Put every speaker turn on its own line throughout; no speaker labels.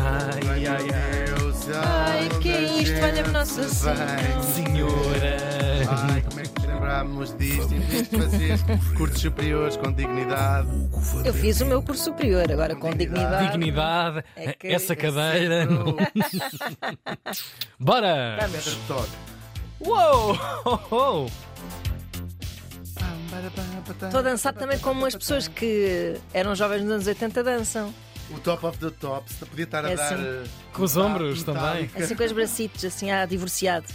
ai, ai, ai.
Deus,
Ai, que é isto? Olha-me, Nossa Senhora.
Senhora.
Ai, como é que nos lembrámos disto? Em vez de fazer cursos superiores com dignidade,
Eu fiz o meu curso superior, agora com dignidade.
Dignidade,
Ah, É que-
essa cadeira.
eu
Bora!
meta de toque.
Uou! Oh, oh.
Estou a dançar também como as pessoas que eram jovens nos anos 80 dançam.
O top of the tops, podia estar a
É
dar.
assim.
eh,
Com os
um
ombros
tap
também.
metálico.
Assim com os bracitos, assim, ah, divorciado.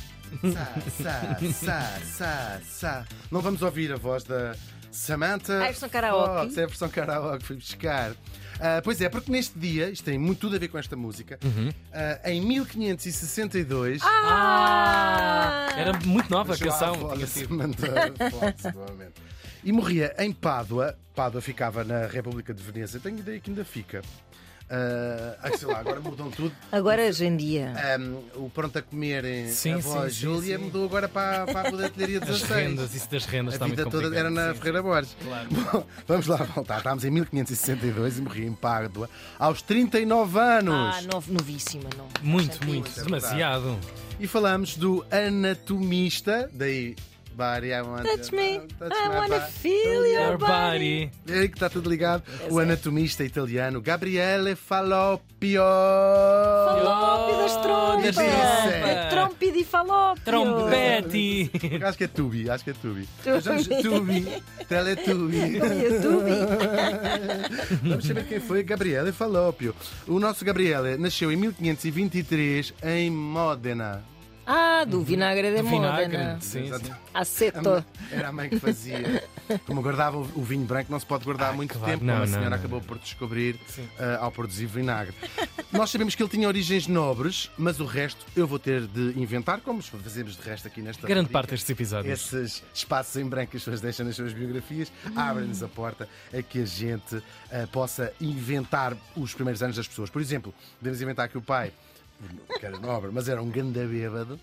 Sa, sa, sa, sa, sa. Não vamos ouvir a voz da Samantha.
Ah, é a versão karaoke?
Fox, é a versão karaoke, fui buscar. Ah, pois é, porque neste dia, isto tem muito tudo a ver com esta música,
Uhum.
ah, em 1562.
Ah! Era muito nova a
Chegou à
canção.
avó
Tinha
da
sido.
Samantha Fox, provavelmente. E morria em Pádua. Pádua ficava na República de Veneza. Tenho ideia que ainda fica. Ah, ah, sei lá, agora mudam tudo.
Agora hoje em dia.
Um, o Pronto a Comer em
Sim,
a avó
sim, sim,
Júlia
sim.
mudou agora para, para a Rua da Artilharia
As
16.
rendas, isso das rendas
A
está
vida
muito
toda era
complicado,
na
sim.
Ferreira Borges.
Claro.
Bom, vamos lá voltar. Estávamos em 1562 e morri em Pádua aos 39 anos.
Ah, novo, novíssima, não.
Muito,
Portanto,
muito,
é verdade.
demasiado.
E falamos do anatomista, daí Body I want
Touch me,
touch
I
my
wanna
body.
feel your body.
Everybody.
É aí que está tudo ligado. O
é.
anatomista italiano Gabriele Falloppio.
Falope das
das
trompas!
trompas.
É Trompidi falope!
Trompete.
Acho que é Tubi, acho que é Tubi.
Tubi.
Nós Vamos, tubi, Teletubi.
YouTube!
Vamos saber quem foi Gabriele Falloppio. O nosso Gabriele nasceu em 1523 em Módena.
Ah, do vinagre de Módena.
Vinagre. Sim, sim.
Aceto.
Era a mãe que fazia. Como guardava o vinho branco, não se pode guardar há muito
claro.
tempo,
Não,
como a
não,
senhora
não.
acabou por descobrir ah, ao produzir vinagre. Nós sabemos que ele tinha origens nobres, mas o resto eu vou ter de inventar, como fazemos de resto aqui nesta
Grande
rubrica.
parte destes episódios.
Esses espaços em branco que as pessoas deixam nas suas biografias abrem-nos a porta a que a gente ah, possa inventar os primeiros anos das pessoas. Por exemplo, podemos inventar que o pai, que era nobre, mas era um ganda bêbado.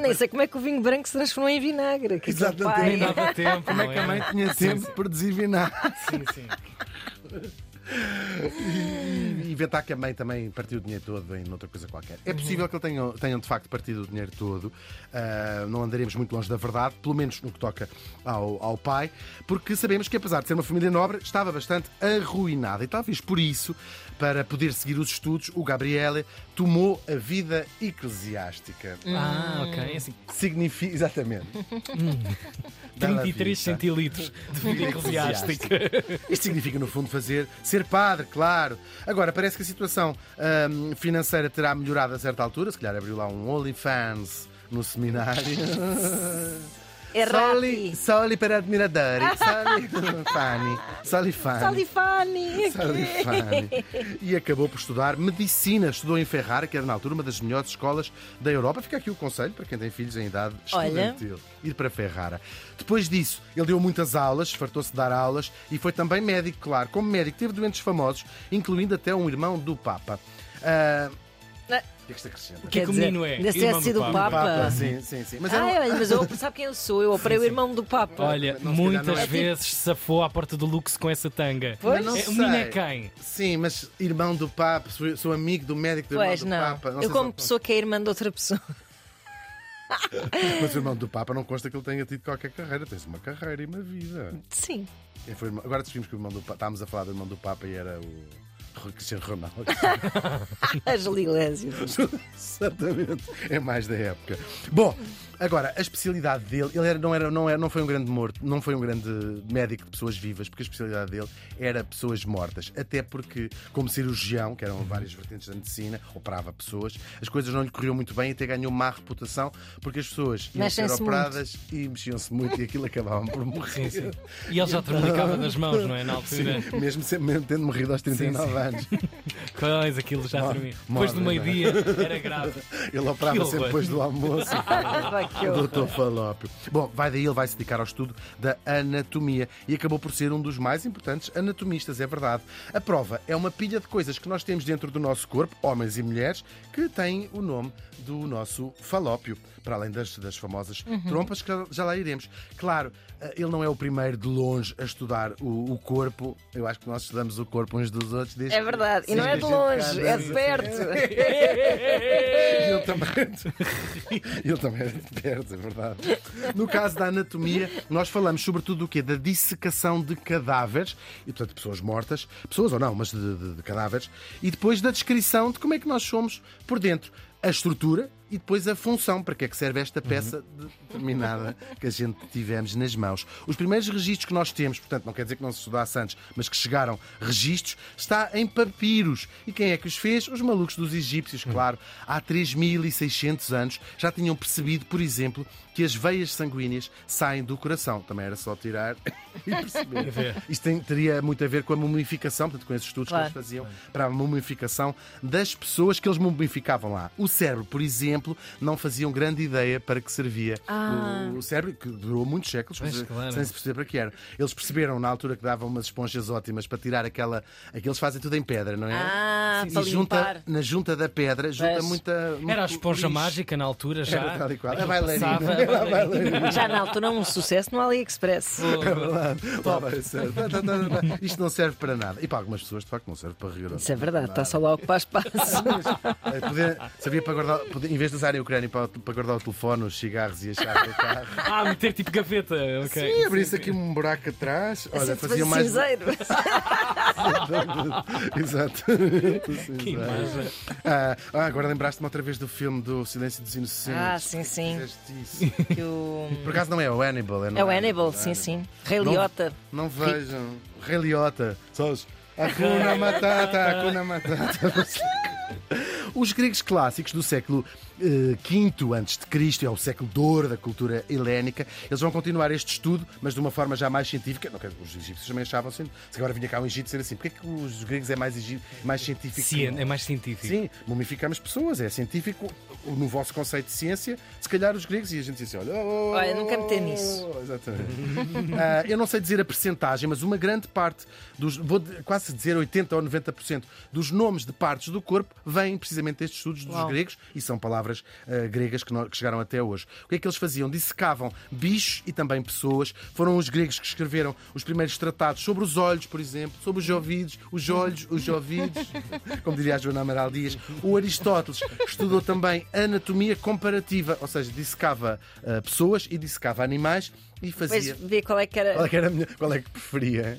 Nem sei como é que o vinho branco se transformou em vinagre. Que aquele
Exatamente.
pai-
Nem dava tempo.
Como é que a mãe tinha sempre produzir vinagre?
Sim, sim.
E inventar que a mãe também partiu o dinheiro todo em outra coisa qualquer.
Uhum.
É possível que ele tenha, tenham de facto partido o dinheiro todo. Ah, não andaremos muito longe da verdade, pelo menos no que toca ao, ao pai, porque sabemos que, apesar de ser uma família nobre, estava bastante arruinada. E talvez por isso, para poder seguir os estudos, o Gabriele tomou a vida eclesiástica.
Ah, ok. Assim,
Significa. Exatamente. Bela
33
vista.
centilitros de vida eclesiástica.
Isto significa, no fundo, fazer ser padre, claro. Agora, parece que a situação ahm, financeira terá melhorado a certa altura. Se calhar abriu lá um OnlyFans no seminário.
É
Soli,
Rapi.
soli per admiradori. Soli fani. Soli fani.
Salifani.
Soli fani. E acabou por estudar medicina. Estudou em Ferrara, que era na altura uma das melhores escolas da Europa. Fica aqui o conselho para quem tem filhos em idade
Olha.
estudantil útil ir para Ferrara. Depois disso, ele deu muitas aulas, fartou-se de dar aulas e foi também médico, claro. Como médico, teve doentes famosos, incluindo até um irmão do Papa. Ah,
Ah.
O que é que se acrescenta?
O que é que o menino é?
Ainda se
Irmão
tivesse sido
do
o
Papa.
Papa.
sim, sim, sim. Mas era um-
Ai, olha, mas eu sabe quem eu sou? Eu operei o irmão do Papa.
Olha,
Não, se calhar não
muitas
é.
vezes safou à porta do Lux com essa tanga.
Pois.
Não
É, O menino é
sei.
quem?
Sim, mas irmão do Papa, sou, sou amigo do médico do
Pois
irmão do
não.
Papa.
eu,
sei
como
se-
pessoa que é irmã de outra pessoa.
Mas o irmão do Papa não consta que ele tenha tido qualquer carreira. Tens uma carreira e uma vida.
Sim.
Quem foi o irmão- Agora descobrimos que o irmão do Papa. Estávamos a falar do irmão do Papa e era o Cristiano Ronaldo.
As Lilésio.
Exatamente. É mais da época. Bom, agora, a especialidade dele, ele era- não, era, não, era, não foi um grande morto, não foi um grande médico de pessoas vivas, porque a especialidade dele era pessoas mortas. Até porque, como cirurgião, que eram várias vertentes da medicina, operava pessoas, as coisas não lhe corriam muito bem e até ganhou má reputação, porque as pessoas iam ser
Mexem-se
operadas e mexiam-se muito e aquilo acabavam por morrer.
E ele já tremlicava das mãos, não é? Na altura.
Sim, mesmo, sempre, mesmo tendo morrido aos 39 anos.
Coisa, aquilo já tremia. Depois do
morre, é.
meio-dia era grave.
Ele
Que
operava
horror.
sempre depois do almoço.
Vai
O
que eu.
Dr. Falópio. Bom, vai daí, ele vai se dedicar ao estudo da anatomia e acabou por ser um dos mais importantes anatomistas, é verdade. A prova é uma pilha de coisas que nós temos dentro do nosso corpo, homens e mulheres, que têm o nome do nosso Falópio, para além das, das famosas trompas, que já- já lá iremos. Claro, eh, ele não é o primeiro de longe a estudar o, o corpo, eu acho que nós estudamos o corpo uns dos outros desde
É verdade. E não é de longe, é de perto.
E ele também. ele também era de perto, é verdade. No caso da anatomia, nós falamos sobretudo do quê? Da dissecação de cadáveres, e portanto, pessoas mortas, pessoas ou não, mas de, de- de cadáveres, e depois da descrição de como é que nós somos por dentro. A estrutura e depois a função, para que é que serve esta peça determinada que a gente tivemos nas mãos. Os primeiros registros que nós temos, portanto, não quer dizer que não se estudasse antes, mas que chegaram registros, está em papiros. E quem é que os fez? Os malucos dos egípcios, claro. Há 3.600 anos já tinham percebido, por exemplo, que as veias sanguíneas saem do coração. Também era só tirar e perceber. Isto tem- teria muito a ver com a mumificação, portanto, com esses estudos que
Claro.
eles faziam para a mumificação das pessoas que eles mumificavam lá. O cérebro, por exemplo, não faziam grande ideia para que servia
Ah.
o, o cérebro, que durou muitos séculos,
Pois,
mas,
claro.
sem se perceber para que era. Eles perceberam na altura que davam umas esponjas ótimas para tirar aquela. Aqueles fazem tudo em pedra, não é?
Ah,
e
para
junta,
limpar.
na junta da pedra, junta
Pois.
muita.
Era a
muito
esponja
lixo.
mágica na altura já.
Era tal e qual. A
Aquilo
bailarina.
passava, a
Era a
bailarina.
Já na altura, um sucesso no AliExpress.
Lá vai ser. Tá, tá, tá, tá. Isto não serve para nada. E para algumas pessoas, de facto, não serve para rigoroso.
Isso é verdade, está só lá o que faz espaço.
Eh, poder- sabia para guardar, poder- em vez de usarem o crânio para, para guardar o telefone, os cigarros e a chave do carro.
Ah, meter tipo gaveta. ok.
Sim, abrir-se aqui um buraco atrás. Olha,
Assim,
fazia
fazia
mais.
cinzeiro.
Exato.
Que
é
imagem.
Ah, ah, agora lembraste-me outra vez do filme do Silêncio dos Inocentes.
Ah, sim, sim.
Fizeste isso.
Que o-
Por acaso não é o Hannibal, é,
É o Hannibal, sim, sim. Rei
Não-
Liotta.
Não vejam. Rei Liotta. Só os. Hakuna Matata, Hakuna Matata. Os gregos clássicos do século eh, V antes de Cristo, é o século de ouro da cultura helénica, eles vão continuar este estudo, mas de uma forma já mais científica. Não, quer dizer, os egípcios também achavam assim. Se agora vinha cá um egípcio ser assim, porque é que os gregos é mais, egí- mais científico? que
Cien-
nós?
é mais científico.
Sim, mumificamos pessoas, é científico. No vosso conceito de ciência, se calhar os gregos, e a gente diz assim: olha, oh,
Olha, nunca me tem nisso.
Exatamente. Ah, eu não sei dizer a percentagem, mas uma grande parte dos, vou de- quase dizer 80 ou 90% dos nomes de partes do corpo vêm precisamente destes estudos dos
Uau.
gregos e são palavras ah, gregas que, nó- que chegaram até hoje. O que é que eles faziam? Dissecavam bichos e também pessoas. Foram os gregos que escreveram os primeiros tratados sobre os olhos, por exemplo, sobre os ouvidos, os olhos, os ouvidos, como diria a Joana Amaral Dias. O Aristóteles estudou também anatomia comparativa, ou seja, dissecava ah, pessoas e dissecava animais. E
Depois
fazia.
vê qual é que
Qual
era.
é que, era a minha- qual é que preferia?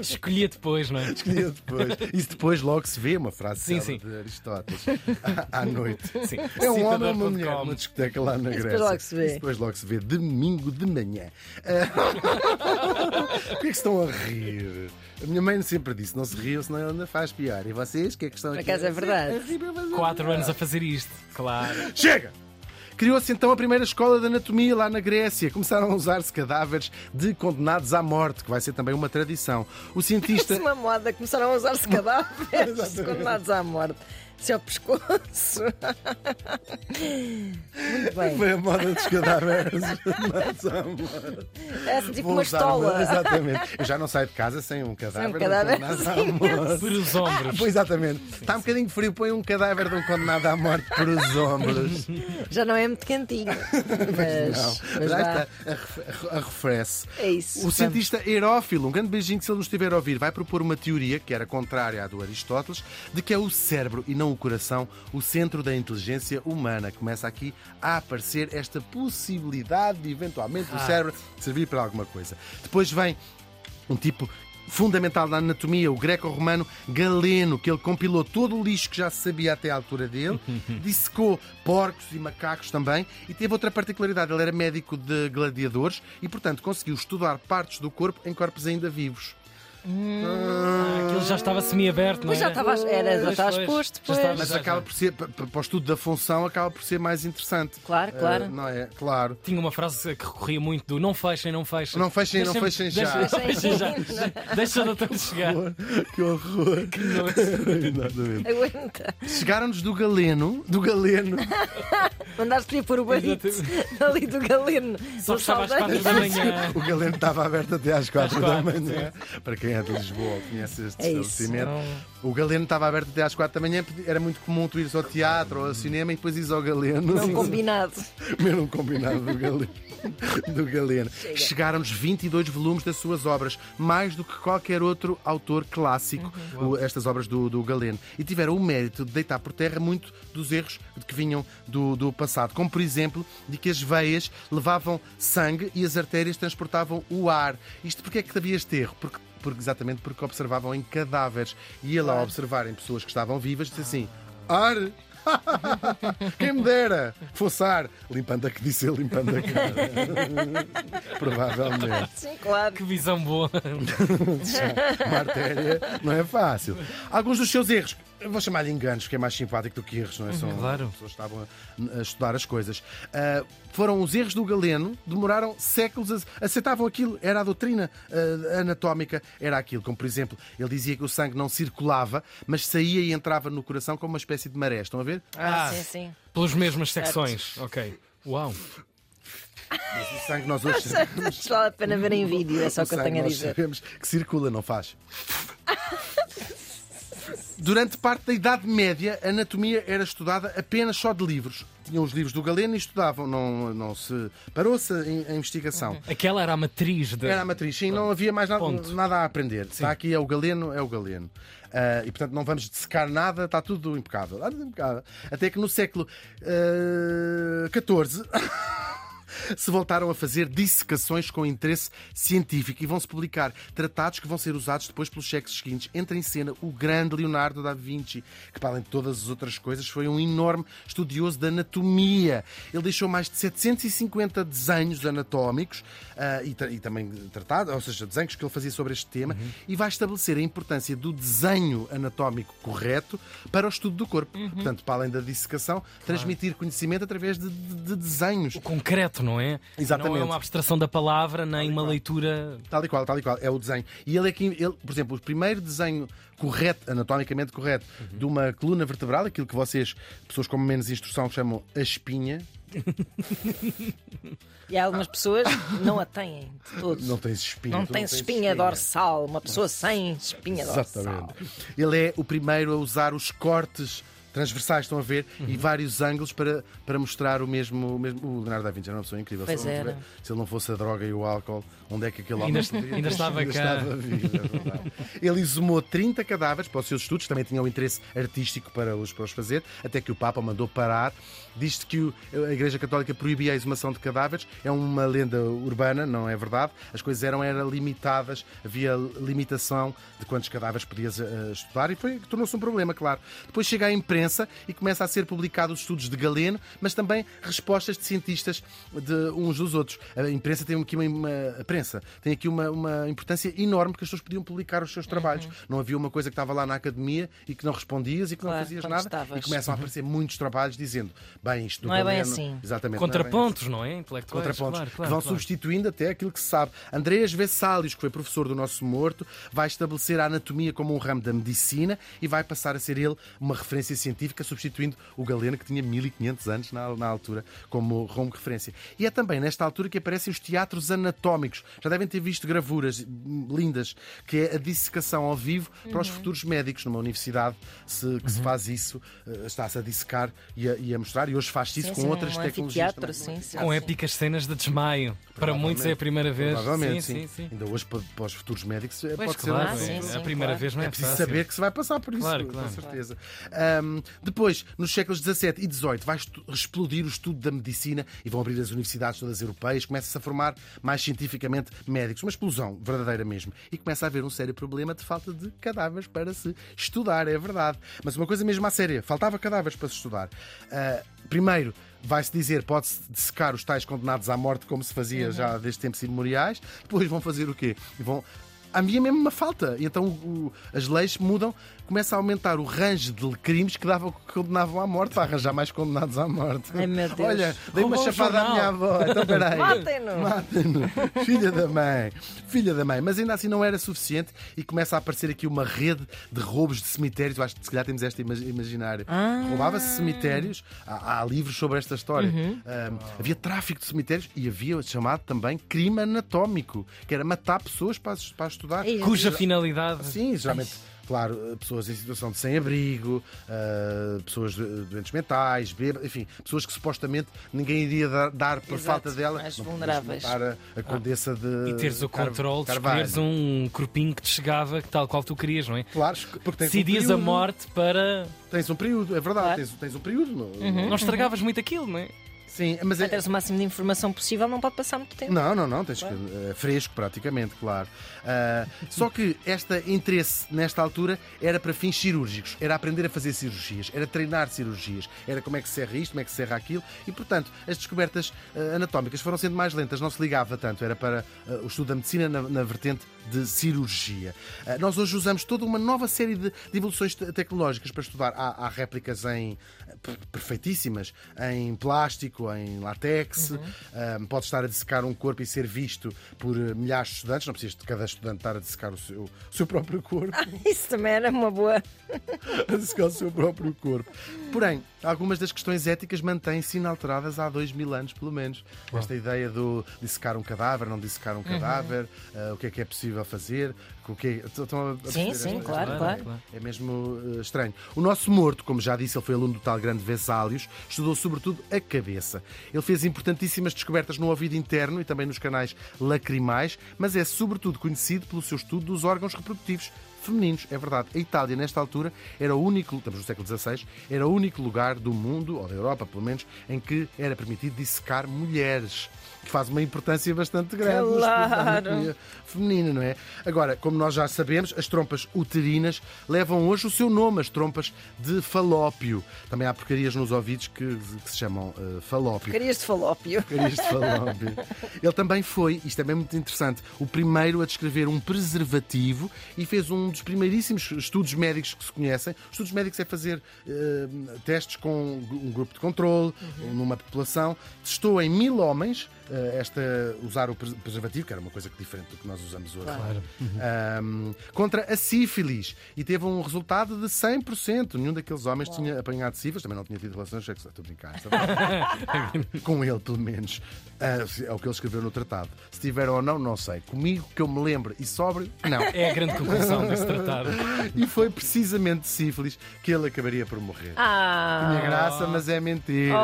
Escolhia depois, não é?
Escolhia depois. Isso depois logo se vê, uma frase
Sim,
célebre
sim.
de Aristóteles. À, à noite.
Sim.
É um homem ou uma
Citador.com.
mulher numa discoteca lá na Grécia.
depois logo se vê.
Isso depois logo se vê, domingo de manhã. Ah, Porquê que estão a rir? A minha mãe sempre disse: não se riam, senão ela ainda faz pior. E vocês, o que é que estão
Por
aqui?
acaso é verdade.
A rir, mas é
Quatro anos a fazer isto, claro.
Chega! Criou-se então a primeira escola de anatomia lá na Grécia. Começaram a usar-se cadáveres de condenados à morte, que vai ser também uma tradição. O cientista.
Isso é uma moda. Começaram a usar-se cadáveres condenados à morte. Seu pescoço. Muito bem.
Foi a moda dos cadáveres. Mas, amor,
É tipo
vou
uma
usar uma-
estola.
Exatamente. Eu já não saio de casa sem um cadáver.
Sem um
não
cadáver,
tenho nada
sim.
a amor.
Por os ombros.
Pois, exatamente. Está um bocadinho frio, põe um cadáver de um condenado à morte por os ombros.
Já não é muito quentinho.
Não,
Mas, mas
já
dá.
está, arref- arrefece.
É isso.
O cientista Herófilo, um grande beijinho que se ele nos estiver a ouvir, vai propor uma teoria que era contrária à do Aristóteles, de que é o cérebro e não o coração o centro da inteligência humana. Começa aqui a aparecer esta possibilidade de eventualmente
Ah.
o cérebro servir para alguma coisa. Depois vem um tipo fundamental da anatomia, o greco-romano Galeno, que ele compilou todo o lixo que já se sabia até à altura dele, dissecou porcos e macacos também, e teve outra particularidade, ele era médico de gladiadores e, portanto, conseguiu estudar partes do corpo em corpos ainda vivos.
Ah, Aquilo já estava semi-aberto, não
Pois
é?
já estava, era, já
Pois,
estava
pois.
exposto,
Já estava-
pois.
Mas é, acaba por ser, pa- pa- para o estudo da função, acaba por ser mais interessante.
Claro, claro.
Eh, não é? Claro.
Tinha uma frase que recorria muito do não fechem, não fechem.
Não fechem, não fechem já.
Deixa,
Fechem.
deixa já. Deixa o doutor chegar.
Que horror! Exatamente.
Aguenta.
Chegaram-nos do Galeno, do Galeno,
Mandaste-lhe pôr o barrito ali do galeno.
Só
Do
estava às
Saldanha.
quatro da manhã.
O Galeno estava aberto até às 4 da
quatro,
manhã. Para quem é de Lisboa, conhece este
É isso.
estabelecimento. O Galeno estava aberto até às quatro da manhã, era muito comum tu ires ao teatro ou ao cinema e depois ires ao Galeno.
Não combinado.
Comer um combinado do Galeno. do Galeno. Chegaram-nos 22 volumes das suas obras, mais do que qualquer outro autor clássico, o- estas obras do, do Galeno. E tiveram o mérito de deitar por terra muito dos erros de que vinham do, do passado, como por exemplo de que as veias levavam sangue e as artérias transportavam o ar. Isto porque é que havia este erro? Porque porque- exatamente porque observavam em cadáveres e ele, ao observar em pessoas que estavam vivas, disse assim: ar! Quem me dera que fosse ar! Limpando a que disse ele, limpando a cara. Provavelmente.
Sim, claro.
Que visão boa.
Uma artéria não é fácil. Alguns dos seus erros, eu vou chamar-lhe enganos, que é mais simpático do que erros, não é? São
Claro.
pessoas que estavam a, a estudar as coisas. Ah, foram os erros do Galeno, demoraram séculos, a, aceitavam aquilo, era a doutrina ah, anatómica, era aquilo. Como, por exemplo, ele dizia que o sangue não circulava, mas saía e entrava no coração como uma espécie de maré. Estão a ver?
Ah,
sim, sim.
Pelas mesmas secções. Ok. Uau.
O sangue nós hoje
Mas vale a pena ver em vídeo, é só o que eu
sangue
tenho a
nós
dizer.
Sabemos que circula, não faz. Durante parte da Idade Média, a anatomia era estudada apenas só de livros. Tinham os livros do Galeno e estudavam, não, não se parou-se a a investigação.
Aquela era a matriz da.
Era a matriz, sim, não havia mais nada,
Ponto.
nada a aprender. Está aqui, é o galeno, é o galeno. Ah, e portanto não vamos dessecar nada, está tudo impecável. Está tudo impecável. Até que no século ah, XIV. Se voltaram a fazer dissecações com interesse científico e vão-se publicar tratados que vão ser usados depois pelos séculos seguintes. Entra em cena o grande Leonardo da Vinci, que, para além de todas as outras coisas, foi um enorme estudioso da anatomia. Ele deixou mais de 750 desenhos anatómicos ah, e, tra- e também tratados, ou seja, desenhos que ele fazia sobre este tema, e vai estabelecer a importância do desenho anatómico correto para o estudo do corpo. Portanto, para além da dissecação, transmitir conhecimento através de, de- de desenhos.
Concreto, não é?
Exatamente. Tá
Não é uma abstração da palavra, nem uma leitura.
Tal e qual, tal e qual. É o desenho. E ele é que, ele, por exemplo, o primeiro desenho correto, anatomicamente correto, de uma coluna vertebral, aquilo que vocês, pessoas com menos instrução, chamam a espinha.
E há algumas pessoas que não a têm de todos.
Não tens espinha.
Não
tu
tens espinha, dorsal. Uma pessoa sem espinha dorsal.
Exatamente. Ele é o primeiro a usar os cortes transversais, estão a ver, e vários ângulos para, para mostrar o mesmo, o mesmo. O Leonardo da Vinci era uma pessoa incrível.
Pois
se, ele não
era.
tiver- se ele não fosse a droga e o álcool, onde é que aquele homem
Ainda, ainda estava
Ainda
cá.
estava vivo, é verdade. Ele exumou 30 cadáveres para os seus estudos, também tinha um interesse artístico para os, para os fazer, até que o Papa mandou parar. Diz-se que o- a Igreja Católica proibia a exumação de cadáveres, é uma lenda urbana, não é verdade. As coisas eram era limitadas, havia limitação de quantos cadáveres podias eh, estudar e foi tornou-se um problema, claro. Depois chega à imprensa e começa a ser publicados estudos de Galeno, mas também respostas de cientistas de uns dos outros. A imprensa tem aqui uma, uma- a prensa tem aqui uma, uma importância enorme porque as pessoas podiam publicar os seus trabalhos.
Uhum.
Não havia uma coisa que estava lá na academia e que não respondias e que não
Claro,
fazias
quando
nada
estavas.
e começam a aparecer muitos trabalhos dizendo bem isto do
Não é bem
Galeno-
assim.
exatamente não é bem
Contrapontos, não é? Intelectuais.
contrapontos,
Claro,
que
claro,
vão
claro.
substituindo até aquilo que se sabe. Andreas Vesalius, que foi professor do nosso morto, vai estabelecer a anatomia como um ramo da medicina e vai passar a ser ele uma referência científica, substituindo o Galeno, que tinha 1500 anos na, na altura, como, como referência. E é também nesta altura que aparecem os teatros anatómicos. Já devem ter visto gravuras hum, lindas, que é a dissecação ao vivo para
Uhum.
os futuros médicos. Numa universidade se, que se faz isso, eh, está-se a dissecar e a, e a mostrar, e hoje faz-se isso
Sim,
com
sim,
outras
um
tecnologias.
anfiteatro,
também.
sim, sim.
Com
sim.
épicas cenas de desmaio. Para muitos é a primeira vez.
Provavelmente, sim,
sim, sim. sim.
Ainda hoje, para, para os futuros médicos, é-
Pois
pode
claro,
Ah,
ser.
sim,
é
sim,
a primeira
claro.
vez não é,
É preciso
fácil.
saber que se vai passar por isso,
Claro,
com
claro.
certeza. Ahm, depois, nos séculos XVII e XVIII, vai estu- explodir o estudo da medicina e vão abrir as universidades todas europeias, começa-se a formar mais cientificamente médicos, uma explosão verdadeira mesmo. E começa a haver um sério problema de falta de cadáveres para se estudar, é verdade. Mas uma coisa mesmo à séria, faltava cadáveres para se estudar. Ah, primeiro, vai-se dizer, pode-se dissecar os tais condenados à morte, como se fazia já desde tempos imemoriais. Depois vão fazer o quê? Vão havia mesmo uma falta. E então o- o- as leis mudam, começa a aumentar o range de crimes que, davam, que condenavam à morte, para arranjar mais condenados à morte.
Ai, meu Deus. um
Olha, dei uma
Roubou o
chapada à
jornal.
minha avó. Então peraí.
Matem-no.
Matem-no. Filha da mãe. Filha da mãe. Mas ainda assim não era suficiente e começa a aparecer aqui uma rede de roubos de cemitérios. Eu acho que se calhar temos esta ima- imaginário. Roubava-se cemitérios. Há, há livros sobre esta história. Ahm, havia tráfico de cemitérios e havia chamado também crime anatómico, que é assim, era matar pessoas para as, para as estudar.
Ai, ai.
Cuja finalidade.
Sim, geralmente, claro, eh, pessoas em situação de sem-abrigo, ah, pessoas do- doentes mentais, bêbados, enfim, pessoas que supostamente ninguém iria dar, dar por
Exato,
falta dela.
mais
Não podemos
vulneráveis. Ah.
matar a, a condessa de.
E teres o
Car-
controle de
Carvalho.
escolheres um corpinho que te chegava tal qual tu querias, não é?
Claro, porque tens
Decidias
um
a
período.
morte para.
Tens um período, é verdade,
Claro. Uhum.
tens, tens um período. não-
Hum?
Não estragavas muito aquilo, não é?
Sim, mas
Para
é,
teres o máximo de informação possível, não pode passar muito tempo.
Não, não, não, tens que, é fresco praticamente, claro. Ah, só que esta interesse nesta altura era para fins cirúrgicos, era aprender a fazer cirurgias, era treinar cirurgias, era como é que se serra isto, como é que se serra aquilo, e portanto as descobertas ah, anatómicas foram sendo mais lentas, não se ligava tanto, era para ah, o estudo da medicina na, na vertente de cirurgia. Ah, nós hoje usamos toda uma nova série de, de evoluções te- tecnológicas para estudar. Há, há réplicas em ah, per- perfeitíssimas, em plástico, em latex, Ahm, pode estar a dissecar um corpo e ser visto por eh, milhares de estudantes, não precisas de cada estudante estar a dissecar o seu, o seu próprio corpo,
Isso também era uma boa.
a dissecar o seu próprio corpo. Porém, algumas das questões éticas mantêm-se inalteradas há dois mil anos, pelo menos. Esta ideia do dissecar um cadáver, não dissecar
Uhum.
um cadáver, ah, o que é que é possível fazer, com o que é... Estão a- a perceber
sim,
esta-
Claro, claro.
é mesmo eh, estranho. O nosso morto, como já disse, ele foi aluno do tal grande Vesálios, estudou sobretudo a cabeça. Ele fez importantíssimas descobertas no ouvido interno e também nos canais lacrimais, mas é sobretudo conhecido pelo seu estudo dos órgãos reprodutivos femininos. É verdade, a Itália, nesta altura, era o único, estamos no século XVI, era o único lugar do mundo, ou da Europa pelo menos, em que era permitido dissecar mulheres. Que faz uma importância bastante grande no estudo da
Claro.
anatomia feminina, não é? Agora, como nós já sabemos, as trompas uterinas levam hoje o seu nome, as trompas de falópio. Também há porcarias nos ouvidos que, que se chamam eh, falópio.
Querias de falópio.
Porcarias de falópio. Ele também foi, isto é bem muito interessante, o primeiro a descrever um preservativo e fez um dos primeiríssimos estudos médicos que se conhecem. Estudos médicos é fazer eh, testes com um grupo de controle, numa população. Testou em mil homens eh, esta, usar o pres- preservativo, que era uma coisa que diferente do que nós usamos hoje. Uhum. Ahm, contra a sífilis e teve um resultado de 100%. Nenhum daqueles homens tinha apanhado sífilis, também não tinha tido relações sexuais. Estou a brincar, estou a brincar com ele, pelo menos. Ah, se- é o que ele escreveu no tratado. Se tiveram ou não, não sei. Comigo, que eu me lembre e sóbrio, não.
É a grande conclusão desse tratado.
e foi precisamente de sífilis que ele acabaria por morrer. Tinha
Ah!
graça, mas é mentira.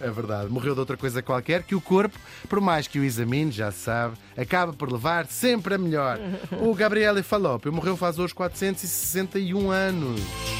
É verdade. Morreu de outra coisa qualquer que o corpo, por mais que o examine, já se sabe, acaba por levar sempre a melhor. O Gabriele Falópio morreu faz hoje 461 anos.